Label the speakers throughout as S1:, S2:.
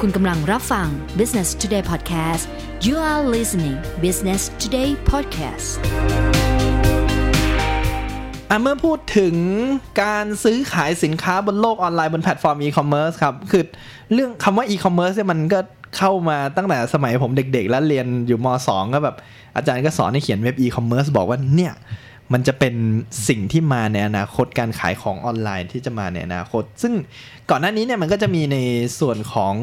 S1: คุณกำลังรับฟัง Business Today Podcast you are listening Business Today Podcast
S2: อ่ะเมื่อพูดถึงการซื้อขายสินค้าบนโลกออนไลน์บนแพลตฟอร์มอีคอมเมิร์ซครับ คือเรื่องคำว่าอีคอมเมิร์ซเนี่ยมันก็เข้ามาตั้งแต่สมัยผมเด็กๆ แล้วเรียนอยู่ม .2 ก็แบบอาจารย์ก็สอนให้เขียนเว็บอีคอมเมิร์ซบอกว่าเนี่ย มันจะเป็นสิ่งที่มาในอนาคตการขายของออนไลน์ที่จะมาในอนาคต ซึ่งก่อนหน้านี้เนี่ยมันก็จะมีในส่วนของ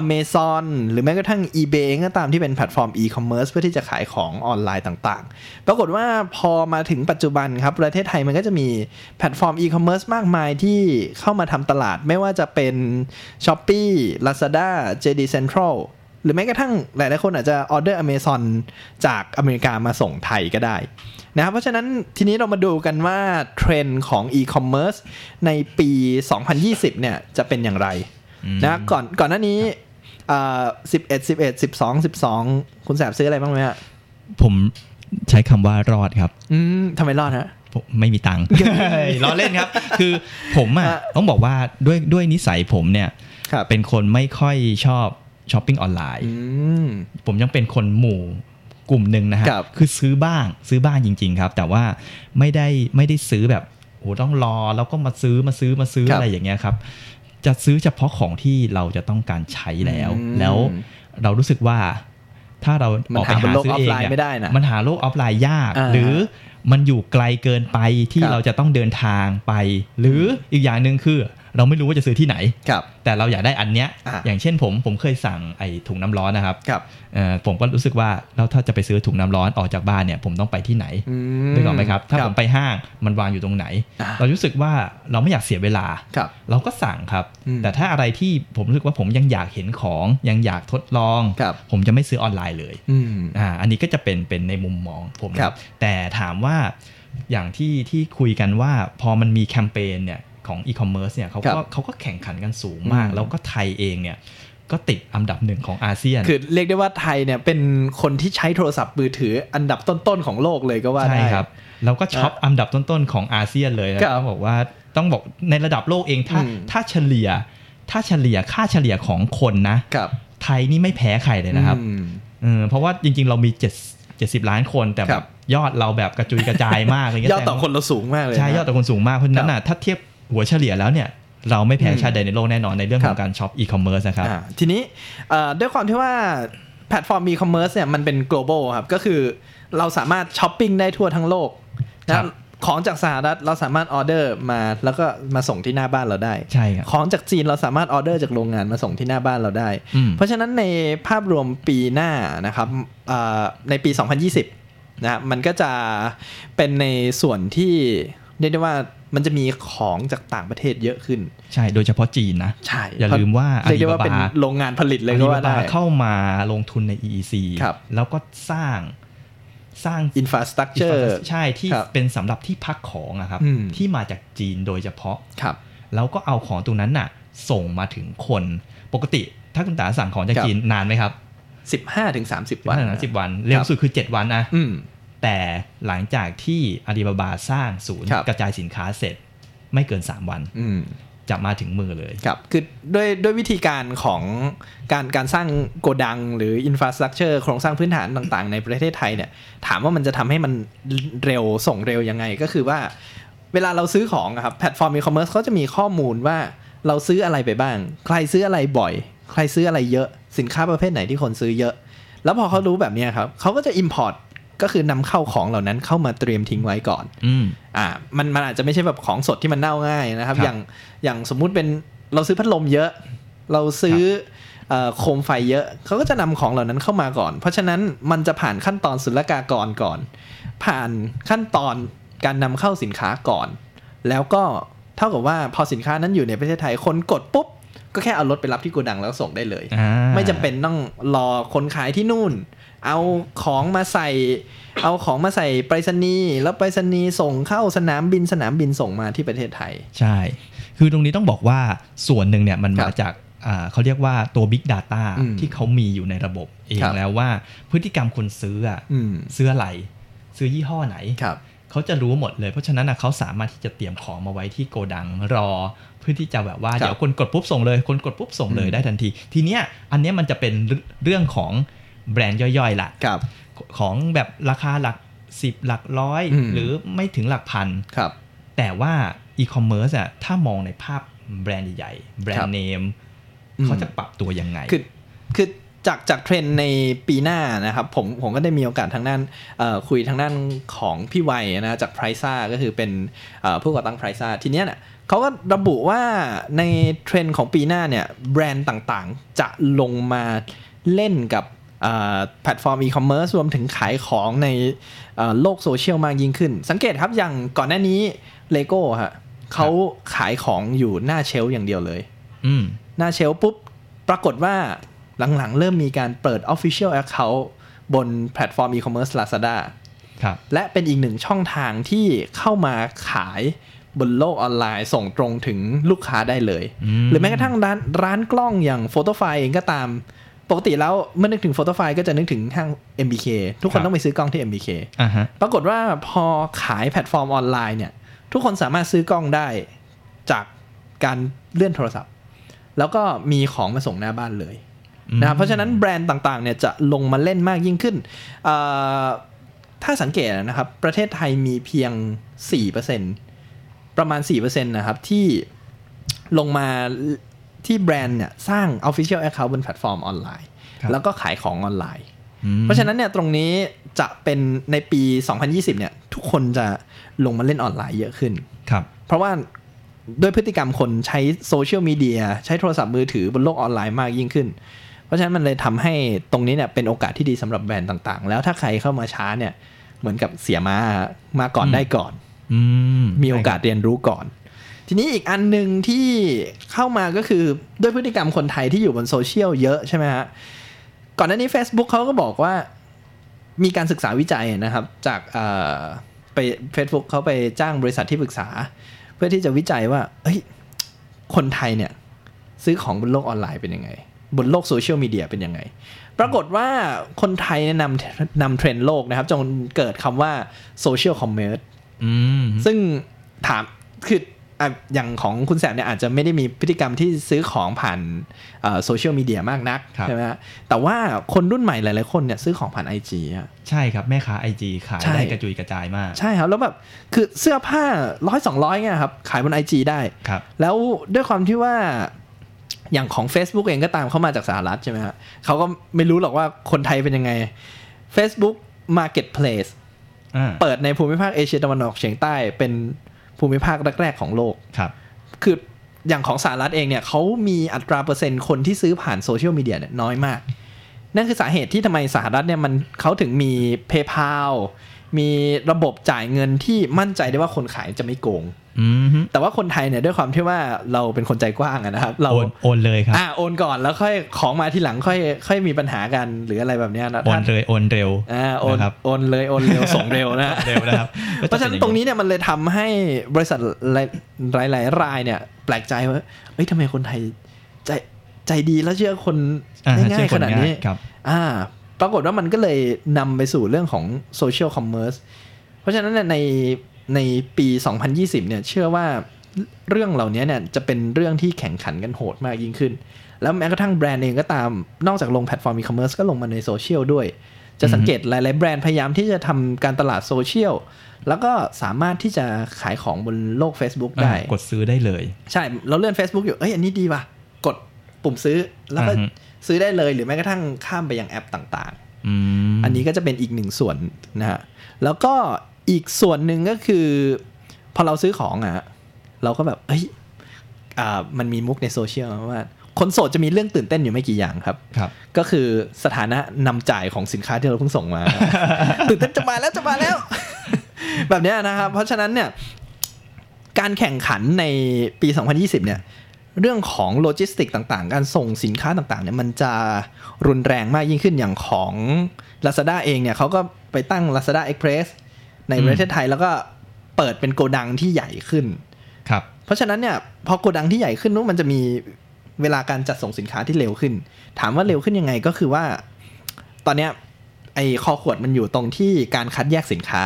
S2: Amazon หรือแม้กระทั่ง eBay เองก็ตามที่เป็นแพลตฟอร์ม e-commerce เพื่อที่จะขายของออนไลน์ต่างๆ ปรากฏว่าพอมาถึงปัจจุบันครับ ประเทศไทยมันก็จะมีแพลตฟอร์ม e-commerce มากมายที่เข้ามาทำตลาดไม่ว่าจะเป็น s h o p e e Lazada JD Central หรือแม้กระทั่งหลายๆคนอาจจะออเดอร์อเมซอนจากอเมริกามาส่งไทยก็ได้นะครับเพราะฉะนั้นทีนี้เรามาดูกันว่าเทรนด์ของ e-commerce ในปี 2020 เนี่ยจะเป็นอย่างไรนะก่อนก่อนหน้านี้อ่า11 11 12 12 คุณแสบซื้ออะไรบ้างไหมฮะ
S3: ผมใช้คำว่ารอดครับ
S2: อืมทำไมรอดฮะ
S3: ผมไม่มีตังค์ ล้อเล่นครับ คือผมอ่ะ
S2: ฮะ
S3: ต้องบอกว่าด้วยด้วยนิสัยผมเนี่ย
S2: ครับ
S3: เป็นคนไม่ค่อยชอบช้อปปิ้งออนไลน์
S2: อืม
S3: ผมยังเป็นคนหมู่กลุ่มหนึ่งนะฮะ
S2: ครับ
S3: คือซื้อบ้างซื้อบ้างจริง ๆ ครับ แต่ว่าไม่ได้ไม่ได้ซื้อแบบโอ้โหต้องรอแล้วก็มาซื้อมาซื้อมาซื้อ
S2: ครับ
S3: อะไรอย่างเงี้ยครับ จะซื้อเฉพาะของที่เราจะต้องการใช้แล้ว
S2: อืม
S3: แล้วเรารู้สึกว่าถ้าเรา
S2: มั
S3: อน อกไป
S2: หาบน
S3: หา
S2: โลก
S3: ซื้อเอ
S2: ออฟ
S3: ง
S2: ไลน์
S3: เนี่ย
S2: ไม่ได้นะ
S3: มันหาโลกออฟไลน์ยาก
S2: อ่า
S3: หรือมันอยู่ไกลเกินไปที่
S2: ครับ
S3: เราจะต้องเดินทางไป หรืออีกอย่างหนึ่งคือ เราไม่รู้ว่าจะซื้อที่ไหน
S2: ครับ
S3: แต่เราอยากได้อันเนี้ย
S2: อ่า
S3: อย่างเช่นผมผมเคยสั่งไอ้ถุงน้ำร้อนนะครับ
S2: ครับ
S3: เอ่อผมก็รู้สึกว่าแล้วถ้าจะไปซื้อถุงน้ำร้อนออกจากบ้านเนี่ยผมต้องไปที่ไหน
S2: อื
S3: นึกออกไหมครับ ถ้า
S2: ค
S3: ผ
S2: รั
S3: มไปห้างมันวางอยู่ตรงไหน
S2: อ่า
S3: เรารู้สึกว่าเราไม่อยากเสียเวลา
S2: ครับ
S3: เราก็สั่งครับ
S2: อืม
S3: แต่ถ้าอะไรที่ผมรู้สึกว่าผมยังอยากเห็นของยังอยากทดลอง
S2: ครับ
S3: ผมจะไม่ซื้อออนไลน์เลย
S2: อืม
S3: อ่าอันนี้ก็จะเป็นเป็นในมุมมองผมนะครับ แต่ถามว่าอย่างที่ที่คุยกันว่าพอมันมีแคมเปญเนี่ยของอีคอมเมิร์ซเนี่ยเขาก็เขาก็แข่งขันกันสูงมาก แล้วก็ไทยเองเนี่ยก็ติดอันดับหนึ่งของอาเซียน
S2: คือเรียกได้ว่าไทยเนี่ยเป็นคนที่ใช้โทรศัพท์มือถืออันดับต้นๆของโลกเลยก็ว่า
S3: ใช่
S2: ได้
S3: ครับเราก็ช็อปอันดับต้นๆของอาเซียนเลยนะ
S2: ครับ
S3: ต้องบอกว่าต้องบอกในระดับโลกเองถ้า
S2: อืม
S3: ถ้าเฉลี่ย ถ้าเฉลี่ยค่าเฉลี่ยของคนนะครับไทยนี่ไม่แพ้ใครเลยนะครับ
S2: อืม
S3: เออเพราะว่าจริงๆเรามี7 70 ล้านคนแต่
S2: ค
S3: แบ
S2: รั
S3: บบ ยอดเราแบบกระจุยกระจายมากอะไรเงี้ย
S2: ยอดต่อคนเราสูงมากเลยนะ
S3: ใช่ยอดต่อคนสูงมากเพราะฉะนั้นน่ะถ้าเทียบหัวเฉลี่ยแล้วเนี่ยเราไม่แพ้ชาติใดในโลกแน่นอนในเรื่อง
S2: ค
S3: ขอ
S2: รั
S3: ง
S2: บ
S3: การช็อปอีคอมเมิร์ซนะครับ
S2: อ่าทีนี้เอ่อด้วยความที่ว่าแพลตฟอร์ม e-commerce เนี่ยมันเป็น global ครับ ก็คือเราสามารถช้อปปิ้งได้ทั่วทั้งโลกนะครับ ของจากสหรัฐเราสามารถออเดอร์มาแล้วก็มาส่งที่หน้าบ้านเราได้
S3: ใช่ครับ
S2: ของจากจีนเราสามารถออเดอร์จากโรงงานมาส่งที่หน้าบ้านเราได้
S3: อืม
S2: เพราะฉะนั้นในภาพรวมปีหน้านะครับเอ่อในปี 2020นะมันก็จะเป็นในส่วนที่เรียกได้ว่ามันจะมีของจากต่างประเทศเยอะขึ้น
S3: ใช่โดยเฉพาะจีนนะ
S2: ใช่
S3: อย่าลืมว่า
S2: เรียกได้ว่า
S3: Alibaba
S2: เป็นโรงงานผลิตเลยก็ว่าได้
S3: Alibaba เข้ามาลงทุนใน EEC
S2: ครับ
S3: แล้วก็สร้างสร้าง
S2: อินฟาสตรักเจอร์
S3: Infrastructure ใช่ที่
S2: ครับ
S3: เป็นสำหรับที่พักของอะครับ
S2: อืม
S3: ที่มาจากจีนโดยเฉพาะ
S2: ครับ
S3: แล้วก็เอาของตรงนั้นน่ะ ส่งมาถึงคน ปกติถ้าคุณตาสั่งของจาก
S2: ครับ
S3: จีนนานไหมครับ
S2: 15ถึง30 วัน
S3: นานนะสิบวัน เร็วสุดคือ 7 วันนะ
S2: อืม
S3: แต่หลังจากที่อาลีบาบาสร้างศูนย์
S2: ครับ
S3: กระจายสินค้าเสร็จ ไม่เกิน 3 วัน
S2: อืม
S3: จะมาถึงมือเลย
S2: ครับคือด้วยด้วยวิธีการของการการสร้างโกดังหรืออินฟาสตรักเจอร์โครงสร้างพื้นฐานต่างๆ ในประเทศไทยเนี่ย ถามว่ามันจะทำให้มันเร็วส่งเร็วยังไง ก็คือว่า เวลาเราซื้อของอะครับแพลตฟอร์มอีคอมเมิร์ซเขาจะมีข้อมูลว่าเราซื้ออะไรไปบ้าง ใครซื้ออะไรบ่อย ใครซื้ออะไรเยอะ สินค้าประเภทไหนที่คนซื้อเยอะ แล้วพอเขารู้แบบเนี้ยครับเขาก็จะ Import ก็คือนำเข้าของเหล่านั้นเข้ามาเตรียมทิ้งไว้ก่อน
S3: อืม
S2: อ่ามันมันอาจจะไม่ใช่แบบของสดที่มันเน่าง่ายนะครับ
S3: ครับ
S2: อย่างอย่างสมมุติเป็นเราซื้อพัดลมเยอะ เราซื้อเอ่อโคมไฟเยอะเขาก็จะนำของเหล่านั้นเข้ามาก่อน เพราะฉะนั้นมันจะผ่านขั้นตอนศุลกากรก่อน ผ่านขั้นตอนการนำเข้าสินค้าก่อน แล้วก็เท่ากับว่าพอสินค้านั้นอยู่ในประเทศไทยคนกดปุ๊บ ก็แค่เอารถไปรับที่โกดังแล้วส่งได้เลย
S3: อ่า
S2: ไม่จำเป็นต้องรอคนขายที่นู่น เอาของมาใส่ เอาของมาใส่ไปรษณีย์แล้วไปรษณีย์ส่งเข้าสนามบินสนามบินส่งมาที่ประเทศไทย
S3: ใช่ คือตรงนี้ต้องบอกว่าส่วนหนึ่งเนี่ยมัน
S2: ครั
S3: มา
S2: บ
S3: จากอ่าเขาเรียกว่าตัว Big Data
S2: อืม
S3: ที่เขามีอยู่ในระบบเอง
S2: ครับ
S3: แล้วว่าพฤติกรรมคนซื้ออะ
S2: อืม
S3: ซื้ออะไร ซื้อยี่ห้อไหน
S2: ครับ
S3: เขาจะรู้หมดเลย เพราะฉะนั้นน่ะเขาสามารถที่จะเตรียมของมาไว้ที่โกดังรอ เพื่อที่จะแบบว่า
S2: ครับ
S3: เดี๋ยวคนกดปุ๊บส่งเลย คนกดปุ๊บส่งเลย
S2: อืม
S3: ได้ทันที ทีเนี้ยอันเนี้ยมันจะเป็นเรื่องของแบรนด์ย่อยๆละ
S2: ครับ
S3: ของแบบราคาหลัก 10 หลักร้อย
S2: อืม
S3: หรือไม่ถึงหลักพัน
S2: ครับ
S3: แต่ว่าอีคอมเมิร์ซอะถ้ามองในภาพแบรนด์ใหญ่ๆแบรน
S2: ครับ
S3: ด์เนม
S2: อืม
S3: เขาจะปรับตัวยังไง
S2: คือคือจากจากเทรนด์ในปีหน้านะครับผมผมก็ได้มีโอกาสทางด้านเอ่อคุยทางด้านของพี่วัยนะจากไพรซ่าก็คือเป็นเอ่อผู้ก่อตั้งไพรซ่าทีเนี้ยเนี่ยเขาก็ระบุว่าในเทรนด์ของปีหน้าเนี่ยแบรนด์ต่างๆ จะลงมาเล่นกับเอ่อแพลตฟอร์มอีคอมเมิร์ซรวมถึงขายของในเอ่อโลกโซเชียลมากยิ่งขึ้น สังเกตครับอย่างก่อนหน้านี้เลโก้ฮะเขาขายของอยู่หน้าเชลฟ์อย่างเดียวเลย
S3: อืม
S2: หน้าเชลฟ์ปุ๊บ ปรากฏว่าหลังๆ เริ่มมีการเปิด Official Account บนแพลตฟอร์ม e-commerce Lazada
S3: ครับ
S2: และเป็นอีกหนึ่งช่องทางที่เข้ามาขายบนโลกออนไลน์ส่งตรงถึงลูกค้าได้เลย
S3: อืม
S2: หรือแม้กระทั่งร้านร้านกล้องอย่าง p h o t o f y เองก็ตาม ปกติแล้วเมื่อนึกถึง p h o t o f y ก็จะนึกถึงห้าง MBK ทุกคนต้องไปซื้อกล้องที่ MBK
S3: อ่าฮะ
S2: ปรากฏว่าพอขายแพลตฟอร์มออนไลน์เนี่ย ทุกคนสามารถซื้อกล้องได้จากการเลื่อนโทรศัพท์ แล้วก็มีของมาส่งหน้าบ้านเลย
S3: อืม
S2: นะครับเพราะฉะนั้นแบรนด์ต่างๆเนี่ยจะลงมาเล่นมากยิ่งขึ้นเอ่อถ้าสังเกตนะครับ ประเทศไทยมีเพียง 4%ประมาณ 4%นะครับ ที่ลงมาที่แบรนด์เนี่ยสร้าง Official Account บนแพลตฟอร์มออนไลน์
S3: ครับ
S2: แล้วก็ขายของออนไลน์
S3: อืม
S2: เพราะฉะนั้นเนี่ยตรงนี้จะเป็นในปี 2020 เนี่ยทุกคนจะลงมาเล่นออนไลน์เยอะขึ้น
S3: ครับ
S2: เพราะว่าด้วยพฤติกรรมคนใช้โซเชียลมีเดียใช้โทรศัพท์มือถือบนโลกออนไลน์มากยิ่งขึ้น เพราะฉะนั้นมันเลยทำให้ตรงนี้เนี่ยเป็นโอกาสที่ดีสำหรับแบรนด์ต่างๆ แล้วถ้าใครเข้ามาช้าเนี่ยเหมือนกับเสียมามาก่อน
S3: อืม
S2: ได้ก่อน
S3: อืม
S2: มีโอกาสเรียนรู้ก่อน ทีนี้อีกอันหนึ่งที่เข้ามาก็คือด้วยพฤติกรรมคนไทยที่อยู่บนโซเชียลเยอะใช่ไหมฮะ ก่อนหน้านี้ Facebook เขาก็บอกว่ามีการศึกษาวิจัยนะครับ จากเอ่อไป Facebook เขาไปจ้างบริษัทที่ปรึกษา เพื่อที่จะวิจัยว่าเอ้ยคนไทยเนี่ย ซื้อของบนโลกออนไลน์เป็นยังไง บนโลกโซเชียลมีเดียเป็นยังไง ปรากฏว่าคนไทยเนี่ยนำนำเทรนด์โลกนะครับจนเกิดคำว่าโซเชียลคอมเมอร์
S3: อืม
S2: ซึ่งถามคืออ่ะอย่างของคุณแสบเนี่ยอาจจะไม่ได้มีพฤติกรรมที่ซื้อของผ่านโซเชียลมีเดียมากนัก
S3: ครับ
S2: ใช่ไหมฮะแต่ว่าคนรุ่นใหม่หลายๆคนเนี่ยซื้อของผ่าน IG อะ
S3: ใช่ครับแม่ค้าไอจีขาย
S2: ใช่
S3: ได้กระจุยกระจายมาก
S2: ใช่ครับ แล้วแบบคือเสื้อผ้าร้อยสองร้อยเนี่ยครับ ขายบน IG ได้
S3: ครับ
S2: แล้วด้วยความที่ว่าอย่างของ Facebook เองก็ตามเข้ามาจากสหรัฐใช่ไหมฮะเขาก็ไม่รู้หรอกว่าคนไทยเป็นยังไง Facebook Marketplace
S3: อ่า
S2: เปิดในภูมิภาคเอเชียตะวันออกเฉียงใต้เป็นภูมิภาคแรกๆของโลก
S3: ครับ
S2: คืออย่างของสหรัฐเองเนี่ยเขามีอัตราเปอร์เซ็นต์คนที่ซื้อผ่านโซเชียลมีเดียเนี่ยน้อยมาก นั่นคือสาเหตุที่ทำไมสหรัฐเนี่ยมันเขาถึงมี PayPal มีระบบจ่ายเงินที่มั่นใจได้ว่าคนขายจะไม่โกง
S3: อืมฮึ
S2: แต่ว่าคนไทยเนี่ยด้วยความที่ว่าเราเป็นคนใจกว้างอะนะครับ เรา
S3: โอนโอนเลยครับ
S2: อ่าโอนก่อนแล้วค่อยของมาทีหลังค่อยค่อยมีปัญหากันหรืออะไรแบบเนี้ยนะ
S3: โอน
S2: ถ้า
S3: เลยโอนเร็ว
S2: อ่าโอน
S3: นะครับ
S2: โอนเลยโอนเร็วส่งเร็วนะ
S3: เร็วนะครับก็
S2: เพราะฉะนั้นตรงนี้เนี่ยมันเลยทำให้บริษัทหลายหลายหลายรายเนี่ย แปลกใจว่าเอ้ยทำไมคนไทยใจใจดีแล้วเชื่อคน
S3: อ่
S2: ได้
S3: ใช่
S2: ง่าย
S3: ค
S2: ขนาดนี้
S3: ครับ
S2: อ่า ปรากฏว่ามันก็เลยนำไปสู่เรื่องของโซเชียลคอมเมอร์สเพราะฉะนั้นเนี่ยในในปี 2020 เนี่ยเชื่อว่าเรื่องเหล่านี้เนี่ยจะเป็นเรื่องที่แข่งขันกันโหดมากยิ่งขึ้น แล้วแม้กระทั่งแบรนด์เองก็ตามนอกจากลงแพลตฟอร์มอีคอมเมิร์ซก็ลงมาในโซเชียลด้วย จะสังเกตหลาย ๆ แบรนด์พยายามที่จะทำการตลาดโซเชียลแล้วก็สามารถที่จะขายของบนโลก Facebook ได้
S3: อ่ากดซื้อได้เลย
S2: ใช่ เราเลื่อน Facebook อยู่ เอ้ย อันนี้ดีว่ะ กดปุ่มซื้อ แล้วก็
S3: อ่าฮะ
S2: ซื้อได้เลย หรือแม้กระทั่งข้ามไปยังแอปต่าง
S3: อืม
S2: ๆ อันนี้ก็จะเป็นอีกหนึ่งส่วนนะฮะ แล้วก็อีกส่วนหนึ่งก็คือ พอเราซื้อของอะฮะเราก็แบบ เอ้ยอ่ามันมีมุกในโซเชียลว่า คนโสดจะมีเรื่องตื่นเต้นอยู่ไม่กี่อย่างครับ
S3: ครับ
S2: ก็คือสถานะนำจ่ายของสินค้าที่เราเพิ่งส่งมา ตื่นเต้นจะมาแล้วจะมาแล้ว แบบเนี้ยนะครับ เพราะฉะนั้นเนี่ย การแข่งขันในปี 2020 เนี่ย เรื่องของโลจิสติกต่างๆ การส่งสินค้าต่างๆ เนี่ยมันจะรุนแรงมากยิ่งขึ้นอย่างของ Lazada เองเนี่ยเขาก็ไปตั้ง Lazada Express ใน
S3: อืม
S2: ประเทศไทยแล้วก็เปิดเป็นโกดังที่ใหญ่ขึ้น
S3: ครับ
S2: เพราะฉะนั้นเนี่ยพอโกดังที่ใหญ่ขึ้นนู้นมันจะมีเวลาการจัดส่งสินค้าที่เร็วขึ้น ถามว่าเร็วขึ้นยังไงก็คือว่า ตอนเนี้ยไอ้คอขวดมันอยู่ตรงที่การคัดแยกสินค้า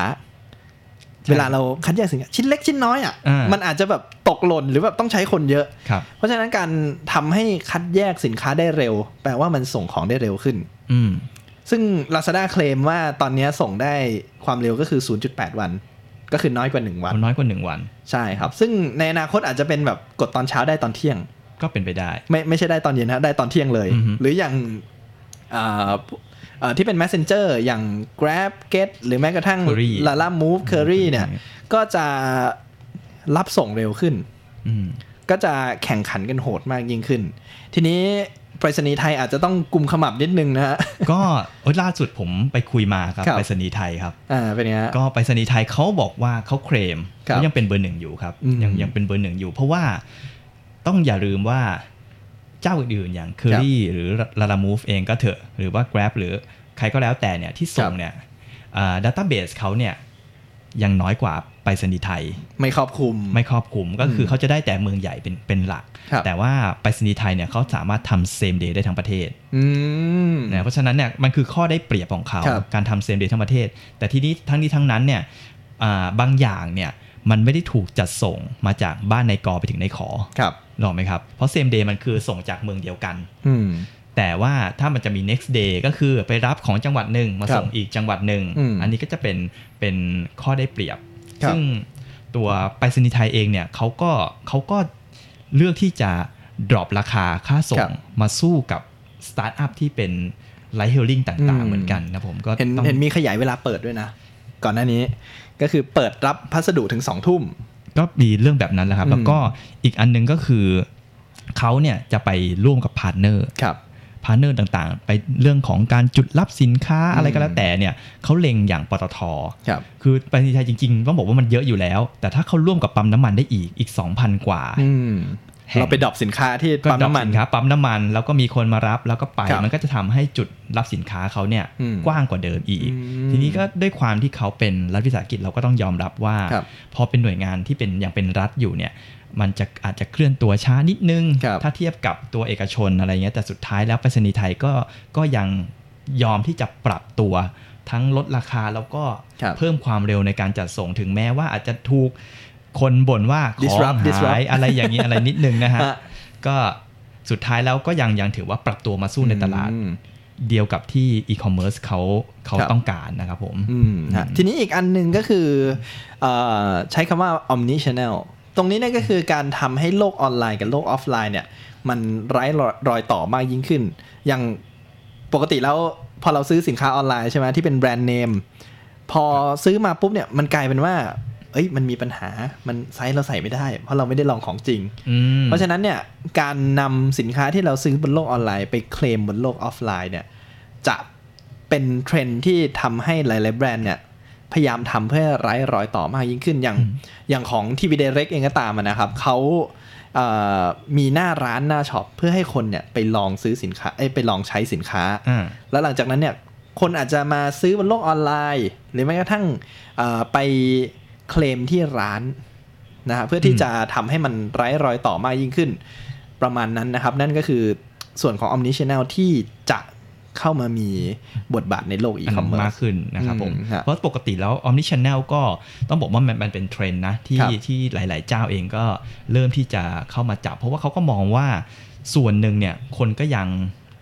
S2: เวลาเราคัดแยกสินค้าชิ้นเล็กชิ้นน้อยอ่ะ
S3: อ่ามั
S2: มันอาจจะแบบตกหล่นหรือแบบต้องใช้คนเยอะ
S3: ครับ
S2: เพราะฉะนั้นการทำให้คัดแยกสินค้าได้เร็ว แปลว่ามันส่งของได้เร็วขึ้น
S3: อืม
S2: ซึ่ง Lazada เคลมว่าตอนนี้ส่งได้ความเร็วก็คือ 0.8 วัน ก็คือน้อยกว่า 1 วัน
S3: มันน้อยกว่าหนึ่งวัน
S2: ใช่ครับ ซึ่งในอนาคตอาจจะเป็นแบบกดตอนเช้าได้ตอนเที่ยง
S3: ก็เป็นไปได้
S2: ไม่ไม่ใช่ได้ตอนเย็นนะได้ตอนเที่ยงเลย
S3: อือฮึ
S2: หรืออย่างเอ่อเอ่อที่เป็น Messenger อย่าง Grab Get หรือแม้กระทั่ง
S3: Curry
S2: Lala Move Curry เนี่ย ก็จะรับส่งเร็วขึ้น
S3: อืม
S2: ก็จะแข่งขันกันโหดมากยิ่งขึ้น ทีนี้ไปรษณีย์ไทยอาจจะต้องกุมขมับนิดนึงนะฮะ
S3: ก็เอ้ยล่าสุดผมไปคุยมาครับ
S2: ครับ
S3: ไปสนีย์ไทยครับ
S2: อ่าเป็นไงฮะ
S3: ก็ไปสนีย์ไทยเขาบอกว่าเขาเคลม
S2: ครับ
S3: เขายังเป็นเบอร์หนึ่งอยู่ครับ
S2: อืม
S3: ยังยังเป็นเบอร์หนึ่งอยู่ เพราะว่าต้องอย่าลืมว่าเจ้าอื่นๆอย่างเคอรี่หรือลาลามูฟเองก็เถอะ หรือว่า Grab หรือใครก็แล้วแต่เนี่ยที่ส่ง
S2: ครับ
S3: เนี่ยดัตต้าเบสเขาเนี่ยยังน้อยกว่าไปสนีย์ไทย
S2: ไม่ครอบคลุม
S3: ไม่ครอบคลุมก็คื
S2: ม
S3: อเขาจะได้แต่เมืองใหญ่เป็นเป็นหลัก
S2: ครับ
S3: แต่ว่าไปรษณีย์ไทยเนี่ยเขาสามารถทำ same day ได้ทั้งประเทศ
S2: อืม
S3: นะเพราะฉะนั้นเนี่ยมันคือข้อได้เปรียบของเขา
S2: ครับ
S3: การทำเซมเดย์ทั้งประเทศ แต่ทีนี้ทั้งนี้ทั้งนั้นเนี่ยอ่าบางอย่างเนี่ยมันไม่ได้ถูกจัดส่งมาจากบ้านในกอไปถึงในขอ
S2: ครับ
S3: หรอกไหมครับ เพราะเซมเดย์มันคือส่งจากเมืองเดียวกัน
S2: อืม
S3: แต่ว่าถ้ามันจะมี next day ก็คือไปรับของจังหวัดหนึ่งมา
S2: ครับ
S3: ส่งอีกจังหวัดหนึ่ง
S2: อืม
S3: นนี้ก็จะเป็นเป็นข้อได้เปรียบ
S2: ครับ
S3: ซึ่งตัวไปรษณีย์ไทยเองเนี่ยเขาก็เขาก็เลือกที่จะ drop ราคาค่าส่
S2: ครั
S3: ง
S2: บ
S3: มาสู้กับสตาร์ทอัพที่เป็นไลท์เฮลลิ่งต่าง
S2: อืม
S3: ๆเหมือนกันนะผมก็
S2: เห็น
S3: ต้อง
S2: เห็นมีขยายเวลาเปิดด้วยนะ ก่อนหน้านี้ ก็คือเปิดรับพัสดุถึงสองทุ่ม
S3: ก็มีเรื่องแบบนั้นแหละครับ
S2: อืม
S3: แล้วก็อีกอันหนึงก็คือเขาเนี่ยจะไปร่วมกับพาร์ทเนอร์
S2: ครับ
S3: พาร์ทเนอร์ต่างๆ ไปเรื่องของการจุดรับสินค้าอะไรก็แล้วแต่เนี่ยเขาเล็งอย่างปตท
S2: ครับ
S3: คือไปรษณีย์ไทยจริงๆ ต้องบอกว่ามันเยอะอยู่แล้ว แต่ถ้าเขาร่วมกับปั๊มน้ำมันได้อีกอีก 2,000 กว่า
S2: อืม
S3: แห่ง
S2: เราไปดรอปสินค้าที่
S3: ก็
S2: ปั๊ม
S3: ดรอป
S2: น้ำมัน
S3: สินค้าปั๊มน้ำมันแล้วก็มีคนมารับแล้วก็ไป
S2: ครับ
S3: มันก็จะทำให้จุดรับสินค้าเขาเนี่ย
S2: อืม
S3: กว้างกว่าเดิมอีก
S2: อืม
S3: ทีนี้ก็ด้วยความที่เขาเป็นรัฐวิสาหกิจเราก็ต้องยอมรับว่า
S2: ครับ
S3: พอเป็นหน่วยงานที่เป็นยังเป็นรัฐอยู่เนี่ย มันจะอาจจะเคลื่อนตัวช้านิดนึง
S2: ครับ
S3: ถ้าเทียบกับตัวเอกชนอะไรเงี้ยแต่สุดท้ายแล้วไปรษณีย์ไทยก็ก็ยังยอมที่จะปรับตัว ทั้งลดราคาแล้วก็
S2: ครับ
S3: เพิ่มความเร็วในการจัดส่งถึงแม้ว่าอาจจะถูกคนบ่นว่าของ
S2: Disrupt
S3: หาย
S2: disrupt
S3: อะไรอย่างนี้อะไร นิดนึงนะฮะ
S2: ฮะ
S3: ก็สุดท้ายแล้วก็ยังยังถือว่าปรับตัวมาสู้ในตลาด
S2: อืม
S3: เดียวกับที่อีคอมเมิร์ซเขาเขา
S2: ครับ
S3: ต้องการนะครับผม
S2: อืมฮะทีนี้อีกอันหนึ่งก็คือเอ่อใช้คำว่า omnichannel ตรงนี้เนี่ยก็คือการทำให้โลกออนไลน์กับโลกออฟไลน์เนี่ย มันไร้รอยต่อมากยิ่งขึ้น อย่างปกติแล้วพอเราซื้อสินค้าออนไลน์ใช่ไหมที่เป็นแบรนด์เนม พอซื้อมาปุ๊บเนี่ย มันกลายเป็นว่า เอ้ยมันมีปัญหามันไซส์เราใส่ไม่ได้ เพราะเราไม่ได้ลองของจริง
S3: อืม
S2: เพราะฉะนั้นเนี่ยการนำสินค้าที่เราซื้อบนโลกออนไลน์ไปเคลมบนโลกออฟไลน์เนี่ยจะเป็นเทรนด์ที่ทำให้หลาย ๆ แบรนด์เนี่ยพยายามทำเพื่อไร้รอยต่อมากยิ่งขึ้นอย่างอย่างของทีวีเดเร็กเองก็ตามอะนะครับเขาเอ่อมีหน้าร้านหน้าช็อปเพื่อให้คนเนี่ยไปลองซื้อสินค้าเอ้ยไปลองใช้สินค้า
S3: อ่า
S2: แล้วหลังจากนั้นเนี่ยคนอาจจะมาซื้อบนโลกออนไลน์ หรือแม้กระทั่งเอ่อไปเคลมที่ร้านนะฮะเพื่อที่
S3: อืม
S2: จะทำให้มันไร้รอยต่อมากยิ่งขึ้น ประมาณนั้นนะครับ นั่นก็คือส่วนของ omnichannel ที่จะเข้ามามีบทบาทในโลกอีคอมเมิ
S3: มาก
S2: ร์ซ
S3: ขึ้นนะครับผม
S2: อืมฮะ
S3: เพราะปกติแล้ว Omnichannel ก็ต้องบอกว่ามันมันเป็นเทรนด์นะที่
S2: ครับ
S3: ที่หลาย ๆ เจ้าเองก็เริ่มที่จะเข้ามาจับ เพราะว่าเขาก็มองว่าส่วนหนึ่งเนี่ยคนก็ยัง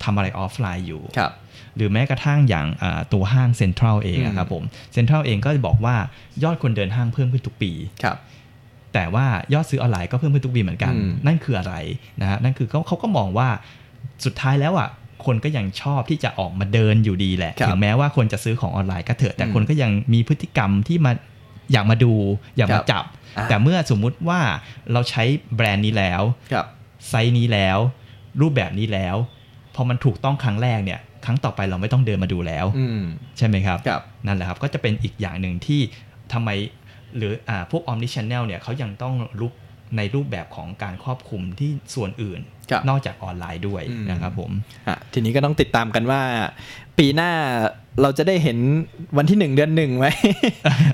S3: ทำอะไรออฟไลน์อยู่
S2: ครับ
S3: หรือแม้กระทั่งอย่างอ่าตัวห้างเซ็นทรัลเอง
S2: อืม
S3: นะครับผมเซ็นทรัลเองก็จะบอกว่ายอดคนเดินห้างเพิ่มขึ้นทุกปี
S2: ครับ
S3: แต่ว่ายอดซื้อออนไลน์ก็เพิ่มขึ้นทุกปีเหมือนกัน
S2: อืม
S3: นั่นคืออะไรนะฮะนั่นคือเขาเขาก็มองว่าสุดท้ายแล้วอ่ะคนก็ยังชอบที่จะออกมาเดินอยู่ดีแหละ
S2: ครับ
S3: ถึงแม้ว่าคนจะซื้อของออนไลน์ก็เถอะแต่
S2: อืม
S3: คนก็ยังมีพฤติกรรมที่มาอยากมาดูอยาก
S2: ครั
S3: มา
S2: บ
S3: จับ
S2: อ่า
S3: แต่เมื่อสมมุติว่าเราใช้แบรนด์นี้แล้ว
S2: ครับ
S3: ไซส์นี้แล้ว รูปแบบนี้แล้วพอมันถูกต้องครั้งแรกเนี่ย ครั้งต่อไปเราไม่ต้องเดินมาดูแล้ว
S2: อืม
S3: ใช่ไหมครับ
S2: ครับ
S3: นั่นแหละครับ ก็จะเป็นอีกอย่างหนึ่งที่ทำไมหรืออาพวก omnichannel เนี่ยเขายังต้องลุกในรูปแบบของการครอบคลุมที่ส่วนอื่น
S2: ครับ
S3: นอกจากออนไลน์ด้วย
S2: อืม
S3: นะครับผม
S2: อ่ะทีนี้ก็ต้องติดตามกันว่า ปีหน้าเราจะได้เห็นวันที่ 1 เดือนหนึ่ง ไหม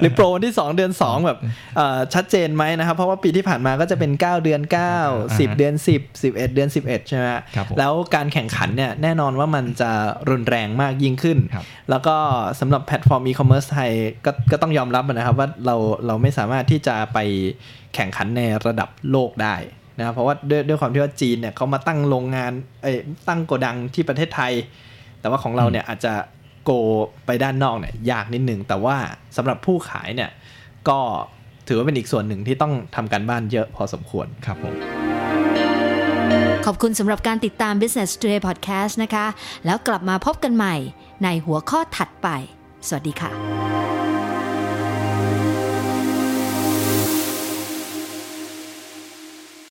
S2: หรือโปรวันที่ 2 เดือน 2 แบบเอ่อชัดเจนไหมนะครับ เพราะว่าปีที่ผ่านมาก็จะเป็น 9 เดือน 9 10 เดือน 10 11 เดือน 11 ใช่ไหมฮะ
S3: ครับผม
S2: แล้วการแข่งขันเนี่ยแน่นอนว่ามันจะรุนแรงมากยิ่งขึ้น
S3: ครับ
S2: แล้วก็สำหรับแพลตฟอร์มอีคอมเมิร์ซไทยก็ก็ต้องยอมรับนะครับว่าเราเราไม่สามารถที่จะไปแข่งขันในระดับโลกได้นะครับเพราะว่าด้วยด้วยความที่ว่าจีนเนี่ยเขามาตั้งโรงงานเอ้ยตั้งโกดังที่ประเทศไทย แต่ว่าของเราเนี่ยอาจจะโกไปด้านนอกเนี่ยยากนิดนึง แต่ว่าสำหรับผู้ขายเนี่ยก็ถือว่าเป็นอีกส่วนหนึ่งที่ต้องทำการบ้านเยอะพอสมควร
S3: ครับผม
S1: ขอบคุณสำหรับการติดตาม Business Today Podcast นะคะ แล้วกลับมาพบกันใหม่ในหัวข้อถัดไป สวัสดีค่ะ